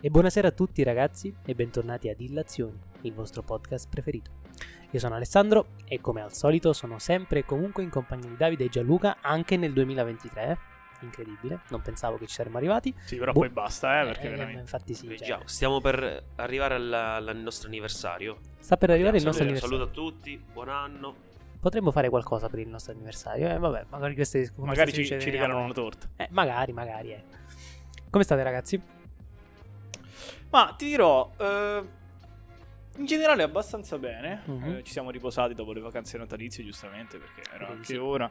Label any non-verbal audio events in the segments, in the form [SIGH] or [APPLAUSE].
E buonasera a tutti ragazzi e bentornati a Dillazioni, il vostro podcast preferito. Io sono Alessandro e come al solito sono sempre e comunque in compagnia di Davide e Gianluca anche nel 2023. Incredibile, non pensavo che ci saremmo arrivati. Sì, però Boh. poi basta, eh, perché Eh, veramente... infatti sì, cioè, Già, stiamo per arrivare alla- alla- al nostro anniversario. sta per arrivare il Saluto- nostro anniversario. Saluto a tutti, buon anno. Potremmo fare qualcosa per il nostro anniversario, eh vabbè, magari queste Magari ci, conversazioni ci ne regalano aprono. una torta. Eh, magari, magari, eh. Come state ragazzi? Ma ti dirò, eh, in generale abbastanza bene. Mhm. Eh, ci siamo riposati dopo le vacanze natalizie, giustamente, perché era Direi di anche sì. ora.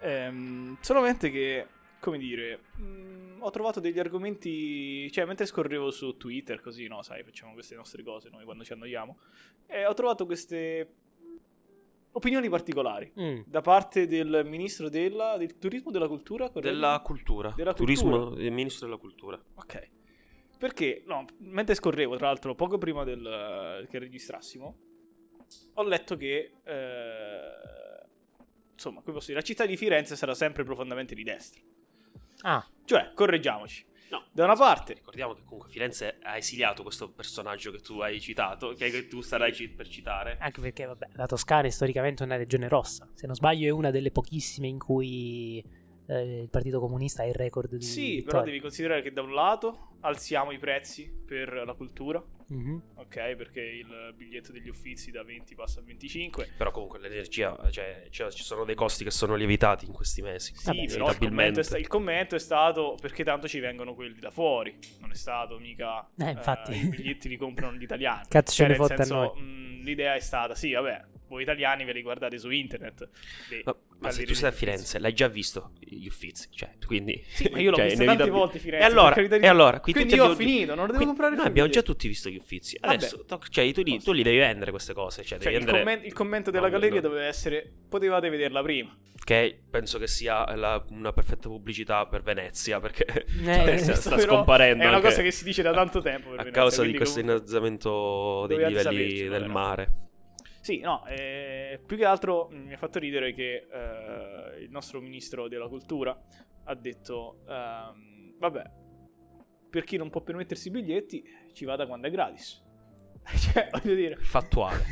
Ehm, solamente che, come dire, mh, ho trovato degli argomenti... Cioè, mentre scorrevo su Twitter, così, no, sai, facciamo queste nostre cose noi quando ci annoiamo. E ho trovato queste opinioni particolari. Mm, Da parte del ministro della, del turismo e della cultura, corretto? Della cultura. Della Turismo, cultura. eh, ministro della cultura. Ok. Perché, no, mentre scorrevo, tra l'altro, poco prima del, eh, che registrassimo, ho letto che, eh, insomma, come posso dire, la città di Firenze sarà sempre profondamente di destra. Ah, Cioè, correggiamoci. No. Da una parte, Ricordiamo che comunque Firenze ha esiliato questo personaggio che tu hai citato, che, che tu starai ci- per citare. anche perché, vabbè, la Toscana è storicamente una regione rossa. Se non sbaglio, è una delle pochissime in cui eh, il Partito Comunista ha il record di. sì, vittorie. però devi considerare che da un lato alziamo i prezzi per la cultura, Mhm. ok? Perché il biglietto degli uffizi da 20 passa a 25. Però comunque l'energia, cioè, cioè, ci sono dei costi che sono lievitati in questi mesi. Sì, Vabbè, però il commento, inevitabilmente. è sta- il commento è stato perché tanto ci vengono quelli da fuori, non è stato mica Eh, infatti. i biglietti li comprano gli italiani. [LAUGHS] Cioè, Cazzo, ce ne nel fotte a senso, mm, noi. mh, l'idea è stata, sì, vabbè, voi italiani ve li guardate su internet. Beh, Ma, ma se tu stai a Firenze, l'hai già visto gli uffizi, cioè, quindi... Sì, ma io l'ho cioè, visto tante inevitabil- volte Firenze. E allora, per carità di- e allora qui quindi tutti io ho abbiamo- finito, non devo qui- comprare Noi più abbiamo già biglietti. tutti visto gli uffizi. Vabbè. Adesso, to- cioè, tu li, tu li devi vendere queste cose. Cioè, devi Cioè, il, vendere- commen- il commento della No, no, galleria no. doveva essere, potevate vederla prima. Che penso che sia la- una perfetta pubblicità per Venezia, perché [LAUGHS] cioè, Eh, sta, [LAUGHS] sta però scomparendo. È una anche cosa che si dice da tanto tempo. per A Venezia, causa di quindi questo comunque- innalzamento dei dovevate livelli saperci, del no? mare. Sì, no, eh, più che altro mh, mi ha fatto ridere che eh, il nostro ministro della cultura ha detto, ehm, vabbè, per chi non può permettersi i biglietti ci vada quando è gratis. [LAUGHS] cioè, voglio dire, Fattuale.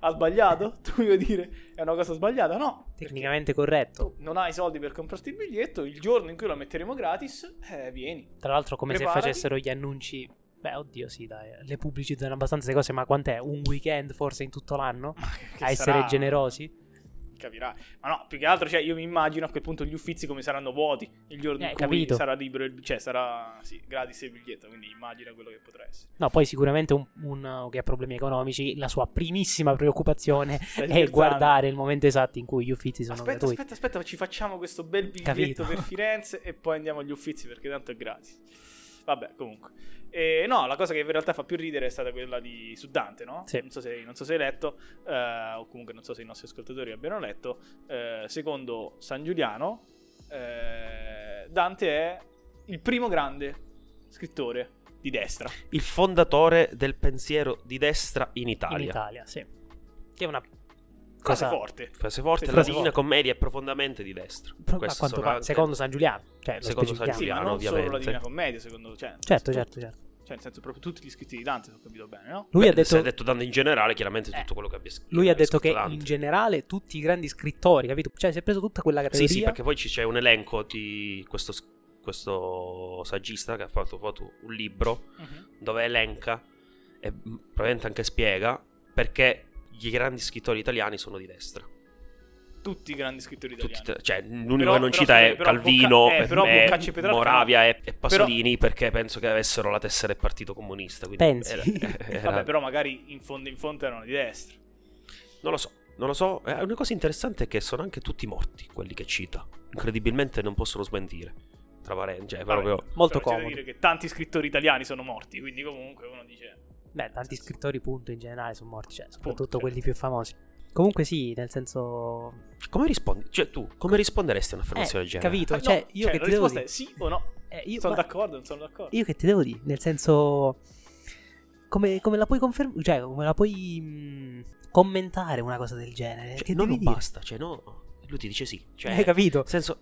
ha sbagliato? [LAUGHS] Tu voglio dire, è una cosa sbagliata? No. [LAUGHS] Tecnicamente corretto. Tu non hai i soldi per comprarti il biglietto, il giorno in cui lo metteremo gratis, eh, vieni. Tra l'altro, come Preparati. se facessero gli annunci. Beh, oddio, sì, dai, le pubblicizzano abbastanza le cose, ma quant'è? Un weekend forse in tutto l'anno? Ma che- che a essere sarà? generosi? Capirai. Ma no, più che altro, cioè, io mi immagino a quel punto gli uffizi come saranno vuoti il giorno Eh, in cui capito. sarà libero, il, cioè sarà sì, gratis il biglietto, quindi immagina quello che potrà essere. No, poi sicuramente un- uno che ha problemi economici, la sua primissima [LAUGHS] preoccupazione Stai è scherzando? guardare il momento esatto in cui gli uffizi sono Aspetta, gratuiti. aspetta, aspetta, ci facciamo questo bel biglietto Capito. per Firenze e poi andiamo agli uffizi perché tanto è gratis. Vabbè, comunque. E, no, la cosa che in realtà fa più ridere è stata quella di su Dante, no? Sì. Non, so se, non so se hai letto, eh, o comunque non so se i nostri ascoltatori abbiano letto. eh, secondo San Giuliano, eh, Dante è il primo grande scrittore di destra. Il fondatore del pensiero di destra in Italia. In Italia, sì. Che è una Cosa cosa forte. Frase forte, Frase la divina forte. commedia è profondamente di destra. pro- a Queste quanto sono pare, anche- secondo San Giuliano. Cioè, lo Secondo San specifichiamo. Sì, ma Giuliano, non solo la ovviamente. Divina Commedia, secondo cioè, Certo, tu- certo, certo. Cioè, nel senso, proprio tutti gli scritti di Dante, se ho capito bene, no? Lui Beh, ha detto... se detto dando in generale, chiaramente Eh, tutto quello che abbia scritto. Lui ha detto che in generale tutti i grandi scrittori, capito? Cioè, si è preso tutta quella categoria. Sì, sì, perché poi ci- c'è un elenco di questo, questo saggista che ha fatto, fatto un libro dove elenca e mh, probabilmente anche spiega perché gli grandi scrittori italiani sono di destra. Tutti i grandi scrittori Tutti- italiani. cioè, l'unico Però- che però, non cita scusami, è però Calvino, Bocca- eh, però è Boccaccio e Petrarca Moravia e, e Pasolini perché penso che avessero la tessera del partito comunista. Quindi Pensi? [LAUGHS] era- era- Vabbè, però magari in fondo in fondo erano di destra. Non lo so, non lo so. Eh, Una cosa interessante è che sono anche tutti morti quelli che cita. Incredibilmente non possono smentire. Tra parenti, cioè, è Vabbè, proprio. Molto però c'è da comodo. dire che tanti scrittori italiani sono morti, quindi comunque uno dice... Beh, tanti scrittori, punto, in generale sono morti, cioè, soprattutto certo. quelli più famosi. Comunque sì, nel senso... Come rispondi? Cioè, tu come risponderesti a un'affermazione Eh, del genere? capito, Ah, no, cioè, io che la ti devo risposta dire... è sì o no. Eh, io, sono ma- d'accordo, non sono d'accordo. io che ti devo dire, nel senso... Come, come la puoi confermare? Cioè, come la puoi mh, commentare una cosa del genere? Cioè, che non devi lo dire? Eh, basta, cioè, no. Lui ti dice sì. Cioè, Hai capito? Nel senso,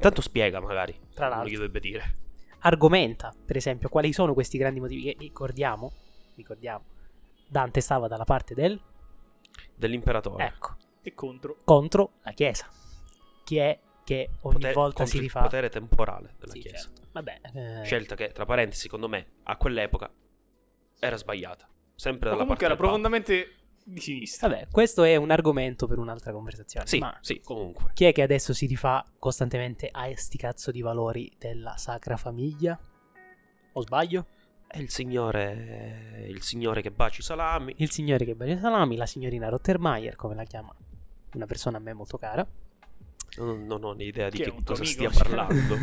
tanto spiega magari. Tra l'altro. Non gli dovrebbe dire. argomenta, per esempio, quali sono questi grandi motivi che ricordiamo, ricordiamo, Dante stava dalla parte del, dell'imperatore. ecco, E contro. contro la Chiesa, che è che ogni Potere- volta contro si il rifà... potere temporale della Sì, Chiesa. certo. Vabbè, eh, Scelta che, tra parentesi, secondo me, a quell'epoca era sbagliata. Sempre Ma dalla comunque parte era del Papa. profondamente di sinistra. vabbè, questo è un argomento per un'altra conversazione. Sì, ma sì, comunque. chi è che adesso si rifà costantemente a sti cazzo di valori della Sacra Famiglia? O sbaglio? È il signore, il signore che baci i salami. Il signore che bacia i salami, la signorina Rottermeier, come la chiama una persona a me molto [LAUGHS] cara. Non, non ho né idea di Chi è che un tuo cosa amico? [LAUGHS] stia parlando.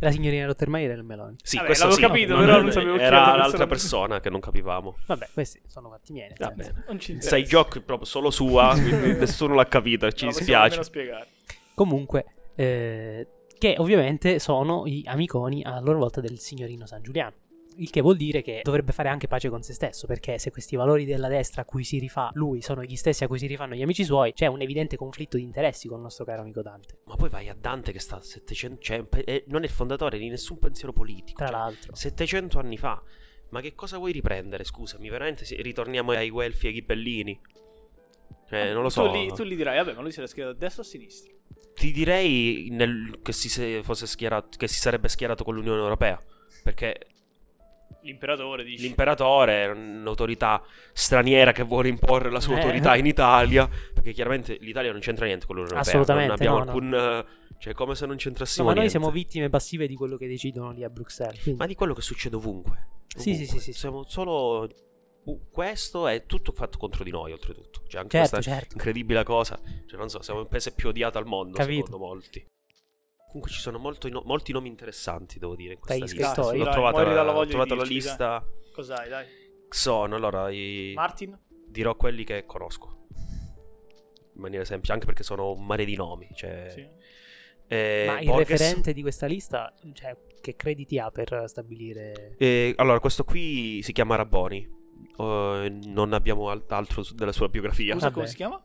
la signorina Rottermeier e il Meloni. Sì, Vabbè, questo l'avevo sì. capito, però è- non sapevo chi era la Era persona. l'altra persona che non capivamo. Vabbè, questi sono fatti miei. nel Va senso. bene. Non ci interessa. Sai, gioco è proprio solo sua, [LAUGHS] quindi nessuno l'ha capita, ci Non la possiamo dispiace. nemmeno spiegare. Comunque, eh, che ovviamente sono i amiconi a loro volta del signorino San Giuliano. Il che vuol dire che dovrebbe fare anche pace con se stesso, perché se questi valori della destra a cui si rifà lui sono gli stessi a cui si rifanno gli amici suoi, c'è un evidente conflitto di interessi con il nostro caro amico Dante. Ma poi vai a Dante che sta a 700, cioè, pe- eh, non è il fondatore di nessun pensiero politico. Tra cioè, l'altro, 700 anni fa. Ma che cosa vuoi riprendere? Scusami, veramente se- ritorniamo ai Guelfi e ai Ghibellini. Cioè, non lo so. Tu li, tu li dirai, vabbè, ma lui si era schierato a destra o a sinistra? Ti direi nel- che, si se- fosse schierato, che si sarebbe schierato con l'Unione Europea. Perché L'imperatore dice. l'imperatore è un'autorità straniera che vuole imporre la sua Eh. autorità in Italia. Perché chiaramente l'Italia non c'entra niente con l'Unione Europea. Assolutamente, Non abbiamo no, alcun. eh, Cioè, come se non No, c'entrassimo ma noi niente. siamo vittime passive di quello che decidono lì a Bruxelles. quindi- ma di quello che succede ovunque. Sì, sì, Ovunque. sì, sì, sì. Siamo solo. uh, Questo è tutto fatto contro di noi, oltretutto. Cioè, anche certo, questa certo. incredibile cosa. Cioè, non so, siamo il paese più odiato al mondo, Capito. secondo molti. Comunque ci sono molto- no- molti nomi interessanti, devo dire, in questa Dai, lista. Scristorio. L'ho Dai, trovata, muori dalla ho voglia di trovato la dirci, lista. Cos'hai, dai? Sono, allora, i- Martin? dirò quelli che conosco. In maniera semplice, anche perché sono un mare di nomi. Cioè, Sì. eh, Ma il Borges- referente di questa lista, cioè, che crediti ha per stabilire... Eh, allora, questo qui si chiama Raboni. Eh, non abbiamo alt- altro su- della sua biografia. Scusa, Vabbè. come si chiama?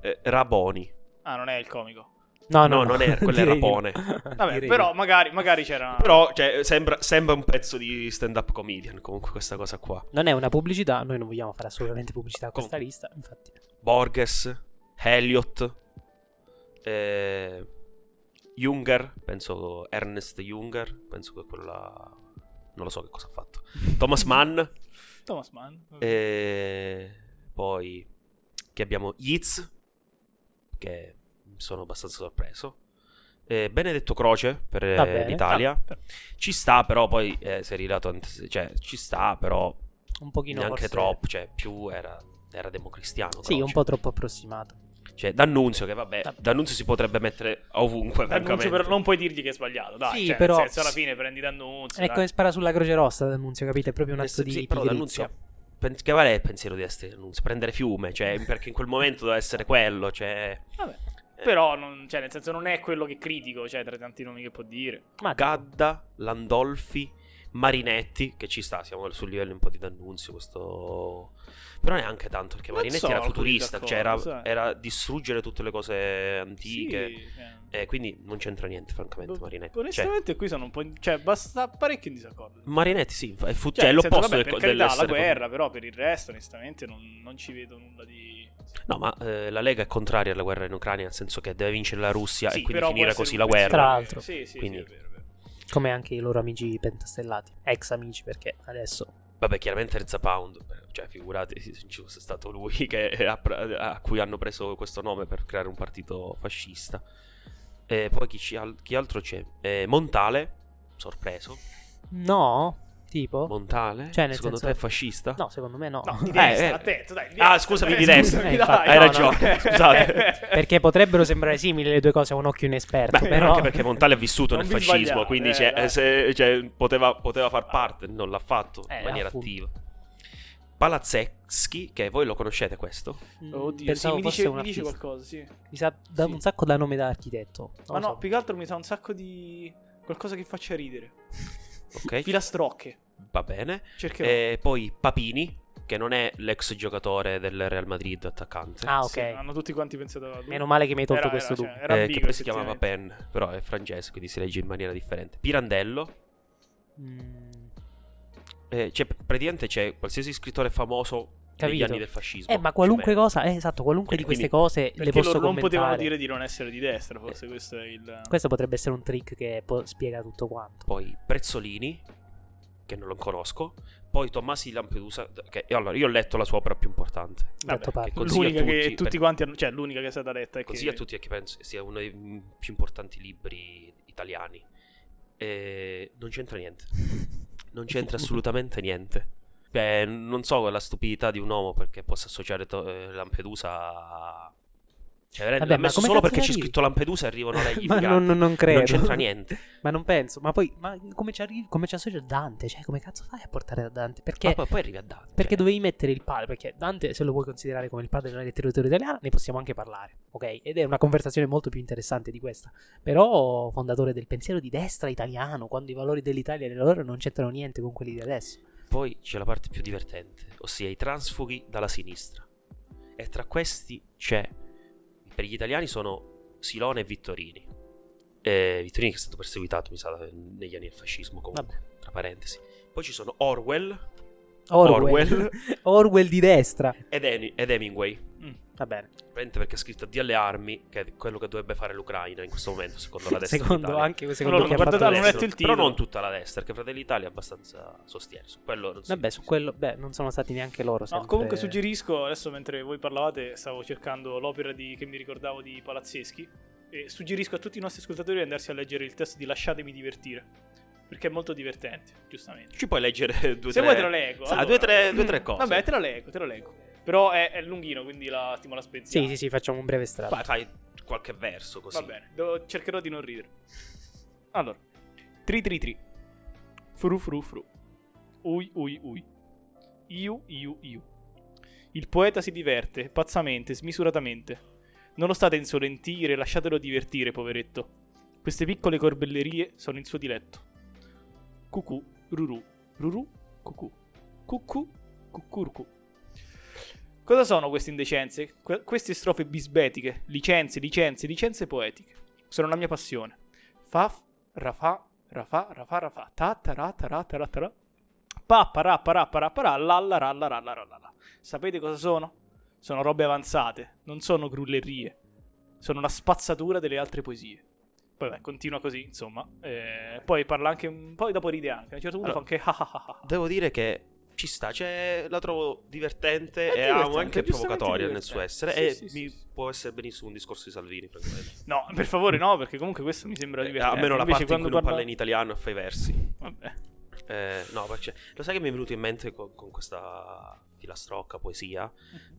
Eh, Raboni. Ah, non è il comico. no, non è- quello [LAUGHS] è direi di Ah, no. Rapone. Vabbè, Direi di però no. magari, magari c'era... [LAUGHS] Però cioè, sembra, sembra un pezzo di stand-up comedian. Comunque, questa cosa qua. Non è una pubblicità, noi non vogliamo fare assolutamente pubblicità a questa Com- lista, infatti. Borges, Elliot, eh, Junger. Penso Ernest Junger. Penso che quello là. Non lo so che cosa ha fatto. Thomas Mann. Thomas Mann. Certo. vabbè. eh, E poi che abbiamo Yeats, che sono abbastanza sorpreso. E Benedetto Croce per eh, Va bene. l'Italia. Ah, però- Ci sta, però poi eh, si è ridato ant- cioè, ci sta, però Un pochino neanche forse- troppo. Cioè, più era, era democristiano. Sì, un Croce. po' troppo approssimato. Cioè, D'Annunzio, che vabbè, Da- D'Annunzio si potrebbe mettere D'Annunzio, ovunque. francamente. però non puoi dirgli che è sbagliato, dai. Sì, cioè, però- nel senso, alla fine prendi D'Annunzio. È come dai. spara sulla Croce Rossa D'Annunzio, capite? È proprio un atto Sì, di però pigrizia. D'Annunzio pen- che vale il pensiero di essere D'Annunzio? Prendere fiume, cioè, perché in quel momento doveva essere quello, cioè... Vabbè. Però, non, cioè, nel senso, non è quello che critico, cioè, tra i tanti nomi che può dire. Ma Gadda, Landolfi, Marinetti, che ci sta, siamo sul livello un po' di D'Annunzio, questo... Però neanche tanto, perché Non Marinetti sono era così futurista, d'accordo, cioè era, sai. era distruggere tutte le cose antiche, Sì, eh. e quindi non c'entra niente, francamente, Marinetti. Cioè, Onestamente, qui sono un po'. in- Cioè, basta parecchio in disaccordo. Marinetti sì, fa- è, fu- Cioè, cioè, è nel senso, l'opposto vabbè, del- per carità, la dell'essere- guerra, però per il resto, onestamente, non, non ci vedo nulla di. No, ma eh, la Lega è contraria alla guerra in Ucraina, nel senso che deve vincere la Russia Sì, e ah, quindi però può finire essere così un la pezzo- guerra. Tra l'altro. Sì, sì, Quindi- sì, è vero, è vero. come anche i loro amici pentastellati, ex amici, perché adesso... Vabbè, chiaramente Erza Pound, eh, cioè figurate [LAUGHS] se ci fosse stato lui [LAUGHS] che ha pre- a cui hanno preso questo nome per creare un partito fascista. E poi chi, ci al- chi altro c'è? Eh, Montale, sorpreso. No? Tipo? Montale? Cioè, nel Secondo senso- te è fascista? No, secondo me no. No, di Eh, destra, eh. attento, dai. Ah, scusami, di destra. scusami, Eh, dai. infatti. Hai no, ragione, [LAUGHS] scusate. [LAUGHS] Perché potrebbero sembrare simili le due cose a un occhio inesperto, Beh, però... anche perché Montale è vissuto Non nel vi fascismo, sbagliate, quindi eh, cioè, dai. eh, se- cioè, poteva, poteva far parte, non l'ha fatto Eh, in maniera appunto. attiva. Palazzeschi, che voi lo conoscete questo? Mm, Oddio, pensavo sì, mi fosse dice, un mi dice artista. qualcosa, sì. Mi sa da Sì. un sacco da nome da architetto. Ma Non lo no, so. più che altro mi sa un sacco di. qualcosa che faccia ridere. Ok, Eh, Filastrocche. va bene. Cercherò. E poi Papini, che non è l'ex giocatore del Real Madrid attaccante, Ah, ok. Sì, hanno tutti quanti pensato a lui. Meno male che mi hai tolto Era- questo era- dubbio. cioè, era eh, che ambiguo, poi si chiamava effettivamente. Pen, però è francese, quindi si legge in maniera differente. Pirandello, Mm, Eh, cioè, praticamente c'è qualsiasi scrittore famoso degli Capito. anni del fascismo. boh, eh, ma qualunque cioè, più o meno. cosa, eh, esatto, qualunque Eh, di queste quindi- cose le Perché posso loro non potevano commentare. Eh, dire di non essere di destra, forse questo è il... Questo potrebbe essere un trick che po- spiega tutto quanto. Poi Prezzolini, che non lo conosco. Poi Tommasi di Lampedusa. Che, allora, io ho letto la sua opera più importante. Vabbè, detto parte. che consiglio a L'unica che tutti, tutti perché- quanti hanno... Cioè, l'unica che è stata letta è Così che... a tutti è che penso sia uno dei mm, più importanti libri italiani. Eh, non c'entra niente. [LAUGHS] [LAUGHS] Non c'entra assolutamente niente. Beh, non so la stupidità di un uomo perché possa associare to- eh, Lampedusa a... Cioè, veramente, Vabbè, ma l'ha messo come solo cazzo perché c'è arrivi? scritto Lampedusa [LAUGHS] e arrivano lei gli ma immigrati. non, non- non credo. Non c'entra [LAUGHS] niente. Ma non penso. Ma poi, ma come ci arrivi? Come ci associa Dante? Cioè, come cazzo fai a portare da Dante? Perché, Ma poi, poi arrivi a Dante. perché cioè, dovevi mettere il padre? Perché Dante, se lo vuoi considerare come il padre della letteratura italiana, ne possiamo anche parlare, ok? Ed è una conversazione molto più interessante di questa. Però, fondatore del pensiero di destra italiano, quando i valori dell'Italia e della loro non c'entrano niente con quelli di adesso. Poi c'è la parte più divertente, ossia i transfughi dalla sinistra. E tra questi c'è, per gli italiani sono Silone e Vittorini. Eh, Vittorini che è stato perseguitato, mi sa, negli anni del fascismo comunque, tra parentesi. Poi ci sono Orwell Orwell. Orwell. [LAUGHS] Orwell. di destra. ed, Hen- ed Hemingway. Va bene. Praticamente perché ha scritto Dio alle armi, che è quello che dovrebbe fare l'Ucraina in questo momento, secondo la destra Secondo d'Italia. anche secondo Allora, chi ha guardate, fatto hanno adesso. letto il Però titolo. non tutta la destra, perché Fratelli d'Italia è abbastanza sostiene. Su quello non si- Vabbè, su quello, beh, non sono stati neanche loro. No, sempre- comunque suggerisco, adesso mentre voi parlavate stavo cercando l'opera di- che mi ricordavo di Palazzeschi e suggerisco a tutti i nostri ascoltatori di andarsi a leggere il testo di Lasciatemi divertire, perché è molto divertente, giustamente. Ci puoi leggere [LAUGHS] due o Se tre... vuoi te lo leggo. Sa, allora. due, tre, due, tre cose. [CLEARS THROAT] Vabbè, te lo leggo, te lo leggo. Però è, è lunghino, quindi la, tipo la spezziamo. Sì, sì, sì, facciamo un breve strato. Fai, fai qualche verso così. Va bene, devo- cercherò di non ridere. Allora, tri tri tri. Fru fru fru. Ui ui ui. Iu iu iu. Il poeta si diverte, pazzamente, smisuratamente. Non lo state a insolentire, lasciatelo divertire, poveretto. Queste piccole corbellerie sono il suo diletto. Cucù, rurù, rurù, cucù. Cucù, cucurcu. Cosa sono queste indecenze? Que- queste strofe bisbetiche, licenze, licenze, licenze poetiche. Sono la mia passione. Fa, f- rafa, rafa, rafa, rafa, ta, ta, ra, ta, ra, ta, ra, ta, ra. Pa, pa, ra, pa, ra, pa, ra, pa, ra, la, la, ra, la, ra, la, ra, la, la. Sapete cosa sono? Sono robe avanzate, non sono grullerie. Sono la spazzatura delle altre poesie. Poi beh, continua così, insomma. Eh, poi parla anche un poi dopo ride anche. A un certo punto Allora, fa anche ah, ah, ah, ah. Devo dire che ci sta, cioè, la trovo divertente È e amo divertente, anche giustamente provocatoria nel suo essere. divertente. Sì, e sì, mi sì, sì. può essere benissimo un discorso di Salvini. praticamente. No, per favore no, perché comunque questo mi sembra Eh, divertente. almeno la Invece parte in cui non quando parla in italiano e fa i versi. Vabbè. Eh, no, perché lo sai che mi è venuto in mente co- con, questa filastrocca poesia?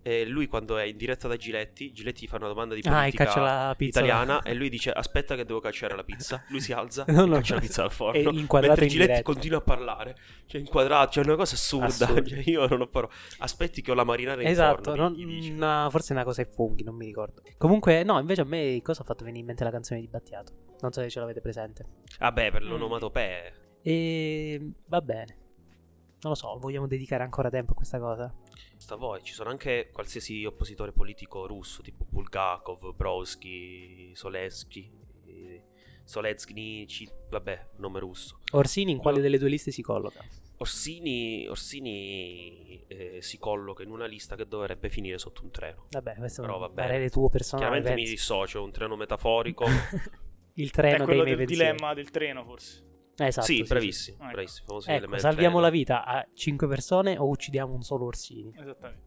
Eh, lui quando è in diretta da Giletti, Giletti gli fa una domanda di Mm. Ah, e politica caccia la pizza. italiana e lui dice aspetta che devo cacciare la pizza. Lui [LAUGHS] si alza No, e no. caccia la pizza al forno. È inquadrato Mentre in Giletti diretta. continua a parlare, cioè inquadrato, cioè è una cosa assurda. Assurdo. [LAUGHS] Cioè, io non ho parole. Aspetti che ho la marinara in Esatto, forno. non- gli- gli dice. no, forse è una cosa ai funghi, non mi ricordo. Comunque, no, invece a me cosa ha fatto venire in mente la canzone di Battiato? Non so se ce l'avete presente. Vabbè, Mm. per l'onomatopea. E va bene. Non lo so, vogliamo dedicare ancora tempo a questa cosa? Sta a voi, ci sono anche qualsiasi oppositore politico russo, tipo Bulgakov, Brodsky, Solensky, eh, Solezhny, ci- vabbè, nome russo. Orsini in quale No. delle due liste si colloca? Orsini, Orsini eh, si colloca in una lista che dovrebbe finire sotto un treno. Vabbè, questo è Però un va bene. parere tuo personale. Esatto, Chiaramente mi penso. dissocio, un treno [LAUGHS] metaforico. Il treno dei È Cioè, quello miei del pensieri. dilemma del treno, forse. Esatto, sì, bravissimo, Ecco. bravissimo. famoso Ecco, elemento salviamo treno. la vita a 5 persone o uccidiamo un solo Orsini? Esattamente.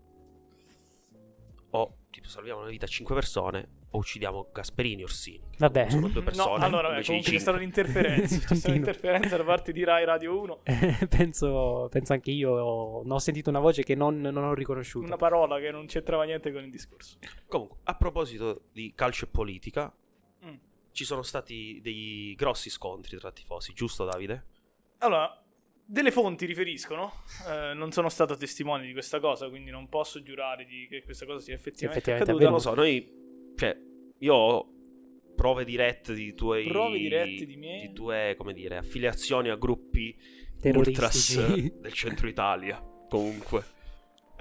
O, tipo, salviamo la vita a 5 persone o uccidiamo Gasperini e Orsini. che Vabbè. comunque Sono due persone. no, allora, vabbè, invece di comunque c'è cinque. [LAUGHS] stata un'interferenza. C'è stata Continua. un'interferenza da parte di Rai Radio 1. [LAUGHS] penso, penso anche io. Ho, ho sentito una voce che non, non ho riconosciuto. Una parola che non c'entrava niente con il discorso. Comunque, a proposito di calcio e politica, Mm. ci sono stati dei grossi scontri tra tifosi, giusto Davide? Allora, delle fonti riferiscono. eh, non sono stato testimone di questa cosa, quindi non posso giurare di che questa cosa sia effettivamente, Effettivamente accaduta. Non Vediamo. lo so, noi, cioè, io ho prove dirette di tue... Prove dirette di me? tue, come dire, affiliazioni a gruppi ultras Terroristici. [LAUGHS] eh, del centro Italia, comunque.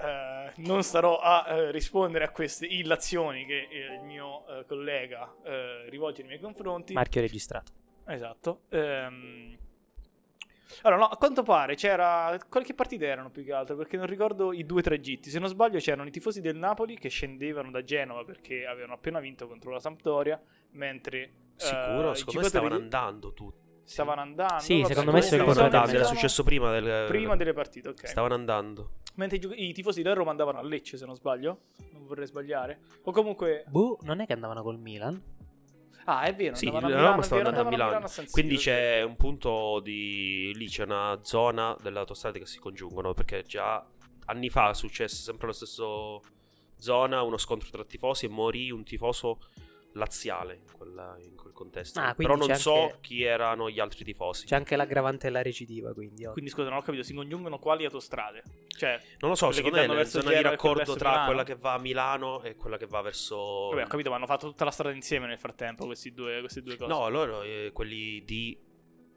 Eh, non starò a eh, rispondere a queste illazioni che eh, il mio eh, collega eh, rivolge nei miei confronti. Marchio registrato. Esatto. Ehm, Allora, no, a quanto pare c'era. Qualche partita erano più che altro, perché non ricordo i due tragitti. Se non sbaglio, c'erano i tifosi del Napoli che scendevano da Genova perché avevano appena vinto contro la Sampdoria. Mentre. Sicuro, eh, i secondo me giocatori stavano andando tutti. Stavano andando. Sì, vabbè, secondo me comunque sono non so correlati. come Era si chiama. successo prima eh, del... Prima delle partite, ok. Stavano andando. Mentre i, gio- i tifosi del Roma andavano a Lecce, se non sbaglio. Non vorrei sbagliare. O comunque. Boh, non è che andavano col Milan? Ah, è vero. Sì, il andavano a Roma Milano, stava è vero, andando a andavano Milano. a San Siro, Quindi sì. c'è un punto di... Lì c'è una zona dell'autostrada che si congiungono, perché già anni fa è successo sempre lo stesso zona, uno scontro tra tifosi e morì un tifoso laziale in, quella- in quel contesto. Ah, quindi Però non c'è so anche- chi erano gli altri tifosi. C'è anche l'aggravante e la recidiva, quindi. oh. Quindi scusa, non ho capito, si congiungono quali autostrade? Cioè, Non lo so, Quelle secondo che me è danno una verso zona Genova di e quelle raccordo verso tra Milano. quella che va a Milano e quella che va verso... vabbè, ho capito, ma hanno fatto tutta la strada insieme nel frattempo, questi due, queste due cose. No, loro, eh, quelli di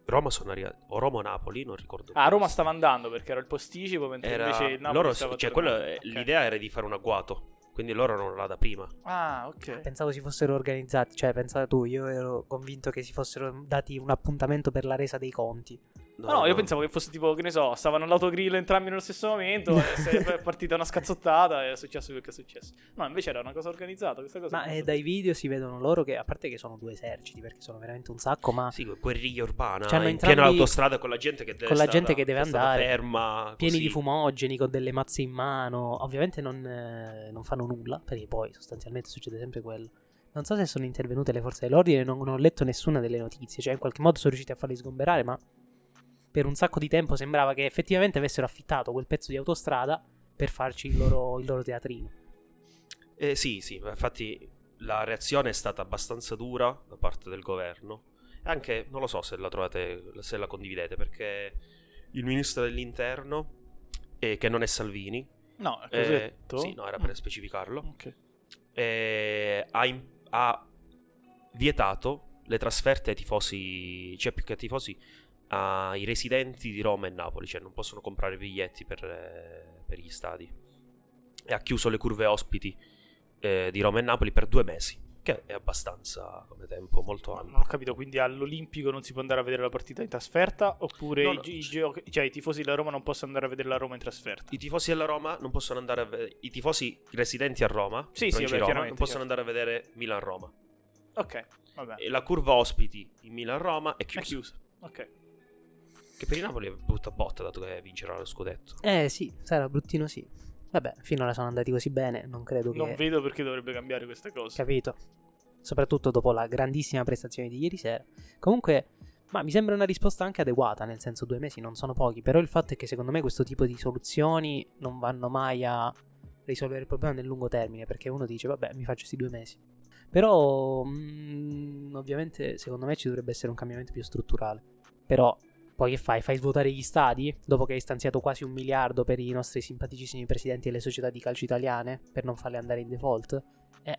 Roma sono arrivati. O Roma o Napoli, non ricordo. Ah, a più. Roma stava andando perché era il posticipo, mentre Era- invece il Napoli loro, stava cioè, tornando. quello- eh, Ok. L'idea era di fare un agguato. Quindi loro erano là da prima. Ah, ok. Pensavo si fossero organizzati, cioè pensavo tu, io ero convinto che si fossero dati un appuntamento per la resa dei conti. No, no, io pensavo che fosse tipo, che ne so, stavano all'autogrill entrambi nello stesso [LAUGHS] momento, e se è partita una scazzottata e è successo quello che è successo. No, invece era una cosa organizzata, questa cosa. Ma eh, dai video si vedono loro che, a parte che sono due eserciti, perché sono veramente un sacco, ma Sì, guerriglia urbana. C'hanno in entrambi- piena autostrada con la gente che deve, con la è stata- gente che deve è stata andare, ferma. pieni così. di fumogeni, con delle mazze in mano. Ovviamente non, eh, non fanno nulla, perché poi sostanzialmente succede sempre quello. Non so se sono intervenute le forze dell'ordine, non, non ho letto nessuna delle notizie, cioè in qualche modo sono riusciti a farli sgomberare, ma per un sacco di tempo sembrava che effettivamente avessero affittato quel pezzo di autostrada per farci il loro, il loro teatrino. Eh, sì, sì, ma infatti la reazione è stata abbastanza dura da parte del governo. E Anche non lo so se la trovate, se la condividete, perché il ministro dell'interno, eh, che non è Salvini, No, è eh, così detto? sì, no, era per Mm. specificarlo, Ok. eh, ha, im- ha vietato le trasferte ai tifosi, cioè più che ai tifosi, ai residenti di Roma e Napoli, cioè non possono comprare biglietti per, eh, per gli stadi. E ha chiuso le curve ospiti eh, di Roma e Napoli per due mesi, che è abbastanza come tempo, molto No, ampio. Non ho capito, quindi all'Olimpico non si può andare a vedere la partita in trasferta? Oppure No, i, no. i giochi- cioè, i tifosi della Roma non possono andare a vedere la Roma in trasferta? I tifosi della Roma non possono andare a vedere. I tifosi residenti a Roma, Sì, sì, provincia vabbè, di Roma non chiaramente, certo. possono andare a vedere Milan-Roma. Ok, vabbè. E la curva ospiti in Milan-Roma è È chiusa. chiusa. Ok. Che per il Napoli è brutta botta, dato che vincerà lo scudetto. Eh sì, sarà bruttino sì. Vabbè, finora sono andati così bene, non credo Non che... vedo perché dovrebbe cambiare questa cosa. Capito? Soprattutto dopo la grandissima prestazione di ieri sera. Comunque, ma mi sembra una risposta anche adeguata, nel senso due mesi non sono pochi, però il fatto è che secondo me questo tipo di soluzioni non vanno mai a risolvere il problema nel lungo termine, perché uno dice vabbè mi faccio questi due mesi. Però, mm, ovviamente, secondo me ci dovrebbe essere un cambiamento più strutturale. Però, poi che fai? Fai svuotare gli stadi? Dopo che hai stanziato quasi un miliardo per i nostri simpaticissimi presidenti delle società di calcio italiane, per non farle andare in default? Eh...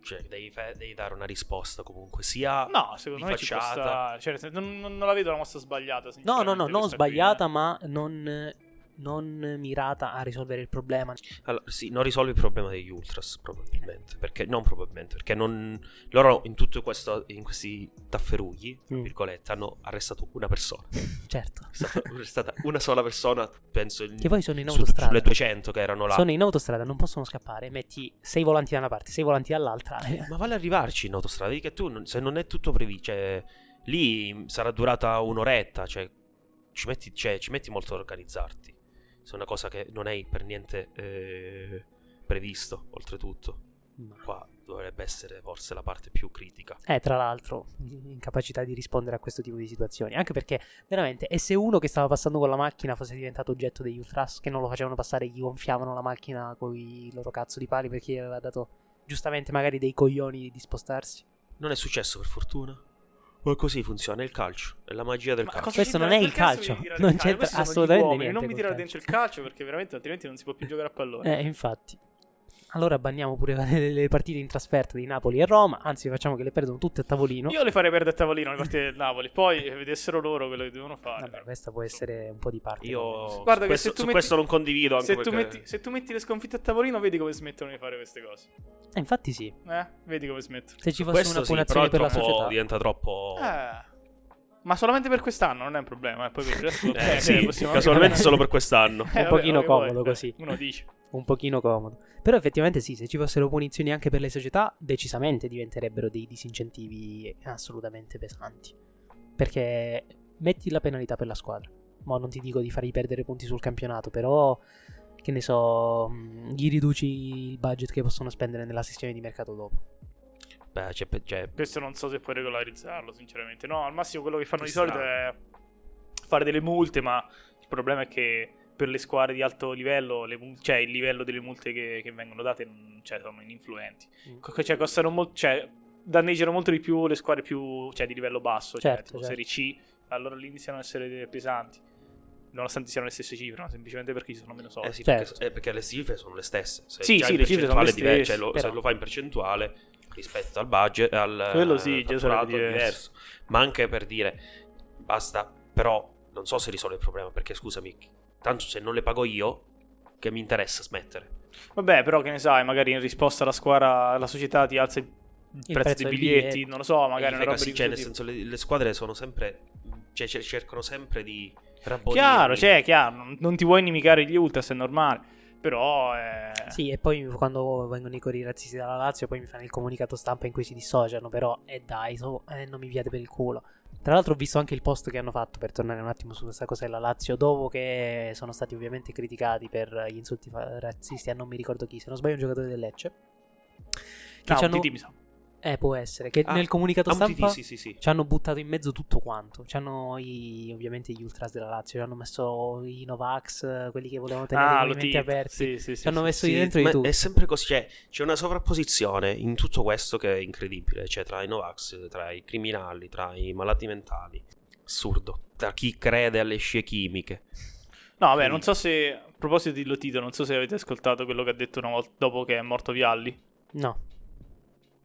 Cioè, devi, fa- devi dare una risposta comunque. Sia. No, secondo Di me ci può facciata. stare. Cioè, nel senso, non, non- non la vedo la mossa No, sbagliata. no, sinceramente, no, non questa qui, sbagliata, eh. ma non, non mirata a risolvere il problema. Allora, sì, non risolvi il problema degli ultras, probabilmente. Perché non probabilmente, perché non. Loro in tutto questo. In questi tafferugli, tra Mm. virgolette, hanno arrestato una persona. Certo. È [LAUGHS] stata, è stata una sola persona, penso. in- Che poi sono in su- autostrada. sulle 200 che erano là. Sono in autostrada, non possono scappare. Metti sei volanti da una parte, sei volanti dall'altra. Eh, Ma vale arrivarci in autostrada, vedi che tu non- se non è tutto previsto, cioè, lì sarà durata un'oretta, cioè ci, metti, cioè, ci metti molto ad organizzarti. Se è una cosa che non hai per niente eh, previsto, oltretutto. ma- Qua dovrebbe essere forse la parte più critica. Eh, tra l'altro, incapacità di rispondere a questo tipo di situazioni. Anche perché, veramente, e se uno che stava passando con la macchina fosse diventato oggetto degli ultras che non lo facevano passare, gli gonfiavano la macchina con i loro cazzo di pali perché gli aveva dato giustamente magari dei coglioni di spostarsi. Non è successo per fortuna. Ma così funziona il calcio, è la magia del Ma calcio. cosa Questo non c'entra- è il che cazzo calcio, mi tirare non il calcio? c'entra Questi sono gli assolutamente uomini, niente Non mi col tirare calcio. dentro il calcio perché veramente altrimenti non si può più giocare a pallone. Eh, infatti. Allora banniamo pure [LAUGHS] le, le partite in trasferta di Napoli e Roma, anzi facciamo che le perdono tutte a tavolino. Io le farei perdere a tavolino le partite del Napoli, poi eh, vedessero loro quello che devono fare. Vabbè, questa può essere un po' di parte. Io su Guarda che questo, se tu su metti- questo non condivido anche Se tu, perché- metti, se tu metti le sconfitte a tavolino, vedi come smettono di fare queste cose. Eh, infatti sì, Eh? Vedi come smettono. se ci fosse questo una sì, punizione però è per la troppo- società. diventa troppo... Eh. Ma solamente per quest'anno non è un problema. eh, Poi per il resto [LAUGHS] Eh, eh, sì, possiamo- casualmente solo per quest'anno. Eh, Un pochino come vuoi. comodo così. Uno dice. un pochino comodo. Però effettivamente sì, se ci fossero punizioni anche per le società, decisamente diventerebbero dei disincentivi assolutamente pesanti. Perché metti la penalità per la squadra. Mo non ti dico di fargli perdere punti sul campionato, però che ne so, mh, gli riduci il budget che possono spendere nella sessione di mercato dopo. Beh, c'è, cioè, c'è- Questo non so se puoi regolarizzarlo, sinceramente. No, al massimo quello che fanno Ci di solito è fare delle multe, ma il problema è che per le squadre di alto livello, le mul- cioè il livello delle multe che, che vengono date non- cioè, sono ininfluenti. Co- Cioè, costano molto, cioè, danneggiano molto di più le squadre più, cioè, di livello basso, cioè, Certo, tipo certo. Serie C, allora lì iniziano a essere pesanti. Nonostante siano le stesse cifre, ma semplicemente perché ci sono meno soldi. eh sì, Certo. perché, eh, perché le cifre sono le stesse. Se Sì, già sì, in le cifre sono le percentuale è diverso, stesse, cioè, lo- però- Se lo fai in percentuale rispetto al budget, al Quello sì, eh, già sarebbe fatturato è diverso. Ma anche per dire, basta, però non so se risolve il problema, perché scusami, tanto se non le pago io, che mi interessa smettere. Vabbè, però che ne sai, magari in risposta alla squadra, la società ti alza il, prezzo, prezzo dei dei biglietti, biglietti. non lo so, E gli magari frega, una roba sì, di cioè, questo nel tipo. senso, le, le squadre sono sempre, cioè, cer- cercano sempre di rabborirmi. Chiaro, cioè, chiaro, non- non ti vuoi inimicare gli Ultras, è normale, però eh, Sì, e poi quando vengono i cori razzisti dalla Lazio, poi mi fanno il comunicato stampa in cui si dissociano, però, e dai, so- eh, non mi viate per il culo. Tra l'altro ho visto anche il post che hanno fatto, per tornare un attimo su questa cosa della Lazio, dopo che sono stati ovviamente criticati per gli insulti fa- razzisti a non mi ricordo chi, se non sbaglio un giocatore del Lecce. Che no, ci hanno- TT mi sa. Eh, può essere, che Ah, nel comunicato Ah, sì, stampa sì, sì, sì. ci hanno buttato in mezzo tutto quanto. Ci hanno i- ovviamente gli ultras della Lazio, ci hanno messo i Novax, quelli che volevano tenere Ah, i lo movimenti TT, aperti. sì, sì, sì, ci hanno sì. messo Sì, di dentro ma di tutto. È sempre così, cioè, c'è una sovrapposizione in tutto questo che è incredibile, cioè tra i Novax, tra i criminali, tra i malati mentali. Assurdo. Tra chi crede alle scie chimiche. No, vabbè, non so se, a proposito di Lotito, non so se avete ascoltato quello che ha detto una volta dopo che è morto Vialli. No.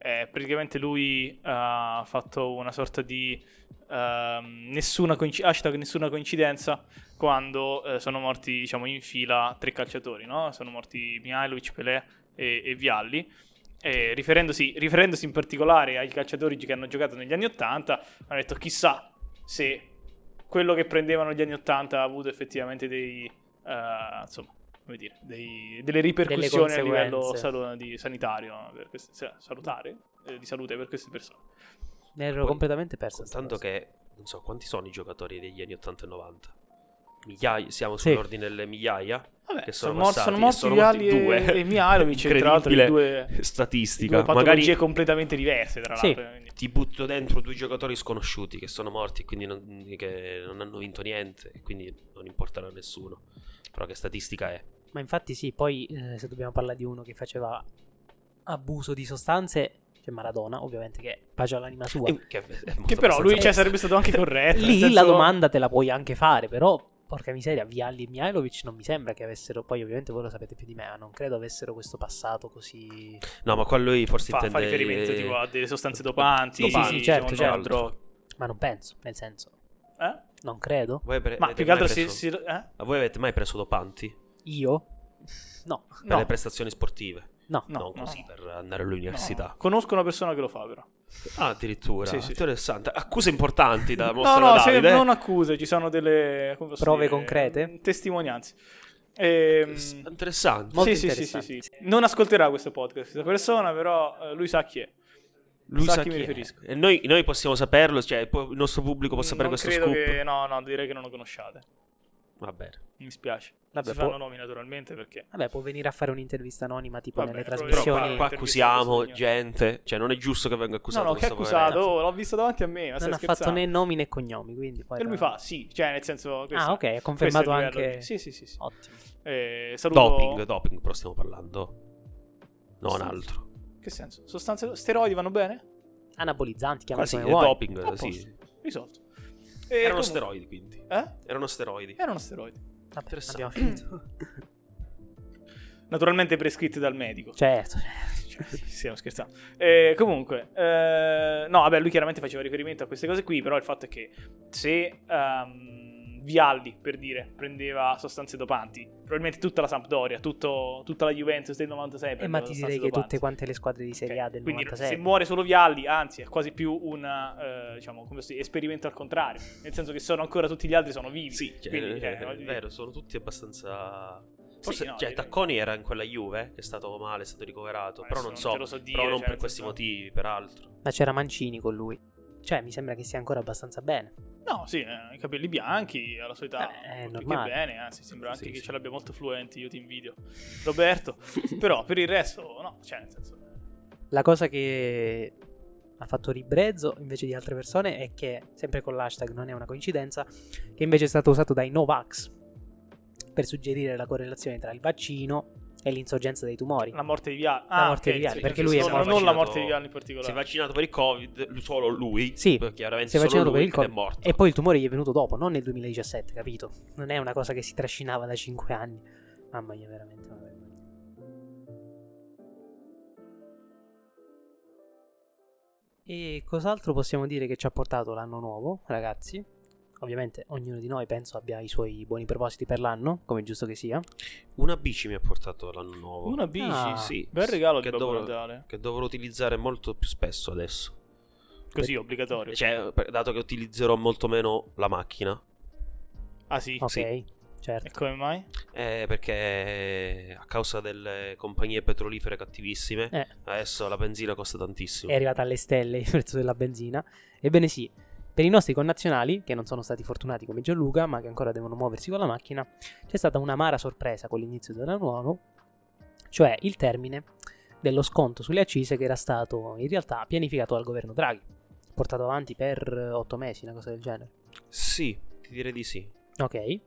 Eh, praticamente lui eh, ha fatto una sorta di ehm, nessuna coinci- hashtag nessuna coincidenza quando eh, sono morti diciamo in fila tre calciatori no? sono morti Mihailovic, Pelé e, e Vialli E riferendosi, riferendosi in particolare ai calciatori che hanno giocato negli anni 80 hanno detto chissà se quello che prendevano negli anni 80 ha avuto effettivamente dei eh, insomma come dire, dei- delle ripercussioni a livello conseguenze. salu- di sanitario per queste- sa- salutare eh, di salute per queste persone Ne ero Poi- completamente perso. sta Tanto cosa. che, non so, quanti sono i giocatori degli anni 80 e 90? Migliaia, siamo Sì. sull'ordine [LAUGHS] delle migliaia? Vabbè, Che sono, sono mor- passati, sono morti sono Vialli morti e, due. e Mihailovic, tra l'altro le Incredibile due, Statistica. due patologie Magari completamente diverse, tra Sì. l'altro. quindi- ti butto dentro due giocatori sconosciuti che sono morti e quindi non, che non hanno vinto niente e quindi non importerà a nessuno. Però che statistica è? Ma infatti sì, poi eh, se dobbiamo parlare di uno che faceva abuso di sostanze, c'è Maradona, ovviamente che pace all'anima sua. Eh, Che, è- è molto Che però lui abbastanza- cioè, sarebbe stato anche corretto. nel Lì certo senso- la domanda te la puoi anche fare, però porca miseria, Vialli e Mihailovic non mi sembra che avessero, poi ovviamente voi lo sapete più di me, ma non credo avessero questo passato così... No, ma qua lui forse Fa, fa intende riferimento eh, tipo, a delle sostanze Sì, dopanti, sì, dopanti, sì, certo, diciamo, certo. droghe. Ma non penso, nel senso, Eh? non credo. voi avre- Ma avete più che altro mai si... preso- si- eh? Ma voi avete mai preso dopanti Io? No, per le No, prestazioni sportive? no. no, non no, così no. per andare all'università. No. Conosco una persona che lo fa, però. Ah, addirittura. Sì, sì. Interessante. Accuse importanti da No, mostrare no, a se Davide. non accuse, ci sono delle come posso Prove concrete? Testimonianze. Ehm, S- Interessante. Molto sì, sì, sì, sì, interessante. sì. Non ascolterà questo podcast questa persona, però eh, lui sa chi è. Lui sa sa a chi mi è. riferisco. Mm, E noi, noi possiamo saperlo, cioè può- il nostro pubblico può sapere non questo credo scoop. Che, no, no, direi che non lo conosciate. Va bene. Mi spiace. Vabbè, si può- fanno nomi naturalmente perché... Vabbè, può venire a fare un'intervista anonima tipo Vabbè, nelle però- Però trasmissioni. Missioni- qua, qua intervista accusiamo questo signore. gente, cioè non è giusto che venga accusato no, no, che questo accusato? poveretto. Oh, l'ho visto davanti a me, ma stai non ha scherzando? fatto né nomi né cognomi, quindi poi... E lui mi fa, sì, cioè nel senso... questo- Ah, ok, ha questo è il confermato livello anche... di- Sì, sì, sì. sì. Ottimo. Eh, saluto... Doping, doping, però stiamo parlando. Non Sì. altro. Che senso? Sostanze... Steroidi vanno bene? Anabolizzanti, chiamali Quasi come è vuoi. A doping, posto. sì. Risolto. E Erano comunque- steroidi, quindi. Eh? Eh, Erano steroidi. Erano steroidi. Vabbè, Interessante. abbiamo finito. Naturalmente prescritti dal medico. Certo, certo. Cioè, [LAUGHS] sì, stiamo scherzando. Eh, comunque, eh, no, vabbè, lui chiaramente faceva riferimento a queste cose qui, però il fatto è che se ehm, Vialli, per dire, prendeva sostanze dopanti. Probabilmente tutta la Sampdoria, tutto- tutta la Juventus del 96 Eh, prendeva ma ti sostanze direi che dopanti. tutte quante le squadre di Serie A del Quindi 96 se muore solo Vialli, anzi, è quasi più un eh, diciamo, come si- esperimento al contrario. Nel senso che sono ancora tutti gli altri sono vivi. Sì, cioè, Quindi, eh, cioè, è voglio dire- vero, sono tutti abbastanza... Forse, no, cioè, io- Tacconi era in quella Juve, che è stato male, è stato ricoverato, però Adesso non non so, certo, te lo so dire, però non cioè, per nel questi senso- motivi, peraltro. Ma c'era Mancini con lui. Cioè, mi sembra che stia ancora abbastanza bene. No, sì, eh, i capelli bianchi, alla sua età Eh, è molto più che normale. bene, anzi sembra anche Sì, che sì. ce l'abbia molto fluenti, io ti invidio, [LAUGHS] Roberto. Però per il resto, no, cioè nel senso... La cosa che ha fatto ribrezzo invece di altre persone è che, sempre con l'hashtag non è una coincidenza, che invece è stato usato dai Novax per suggerire la correlazione tra il vaccino e l'insorgenza dei tumori. La morte di Ah, Vialli. La morte di Vialli, perché lui è non, morto. cioè, non la vaccinato- morte di Vialli in Si è particolare. vaccinato per il Covid, lui- solo lui, Sì, perché chiaramente Si è solo vaccinato lui per il ed è Covid morto. e poi il tumore gli è venuto dopo, non nel 2017, capito? Non è una cosa che si trascinava da 5 anni. Mamma mia, veramente una vergogna. E cos'altro possiamo dire che ci ha portato l'anno nuovo, ragazzi? Ovviamente ognuno di noi penso abbia i suoi buoni propositi per l'anno, come è giusto che sia. Una bici mi ha portato l'anno nuovo. Una bici, Ah, sì. Bel regalo di Che Babbo dovrò- Natale. Che dovrò utilizzare molto più spesso adesso. Così, obbligatorio. Cioè, per- dato che utilizzerò molto meno la macchina. ah sì? Ok, Sì. certo. E come mai? Eh, perché a causa delle compagnie petrolifere cattivissime, Eh. adesso la benzina costa tantissimo. è arrivata alle stelle il prezzo della benzina. Ebbene sì, per i nostri connazionali, che non sono stati fortunati come Gianluca, ma che ancora devono muoversi con la macchina, c'è stata un'amara sorpresa con l'inizio dell'anno nuovo, cioè il termine dello sconto sulle accise che era stato in realtà pianificato dal governo Draghi, portato avanti per 8 mesi, una cosa del genere. Sì, ti direi di sì. Ok,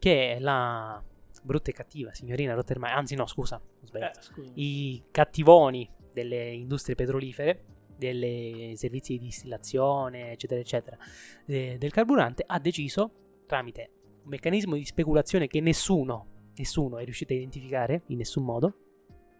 che la brutta e cattiva signorina Rottermeier, anzi no, scusa, ho sbagliato Eh, scusa. i cattivoni delle industrie petrolifere, dei servizi di distillazione, eccetera, eccetera, eh, del carburante, ha deciso, tramite un meccanismo di speculazione che nessuno, nessuno è riuscito a identificare in nessun modo,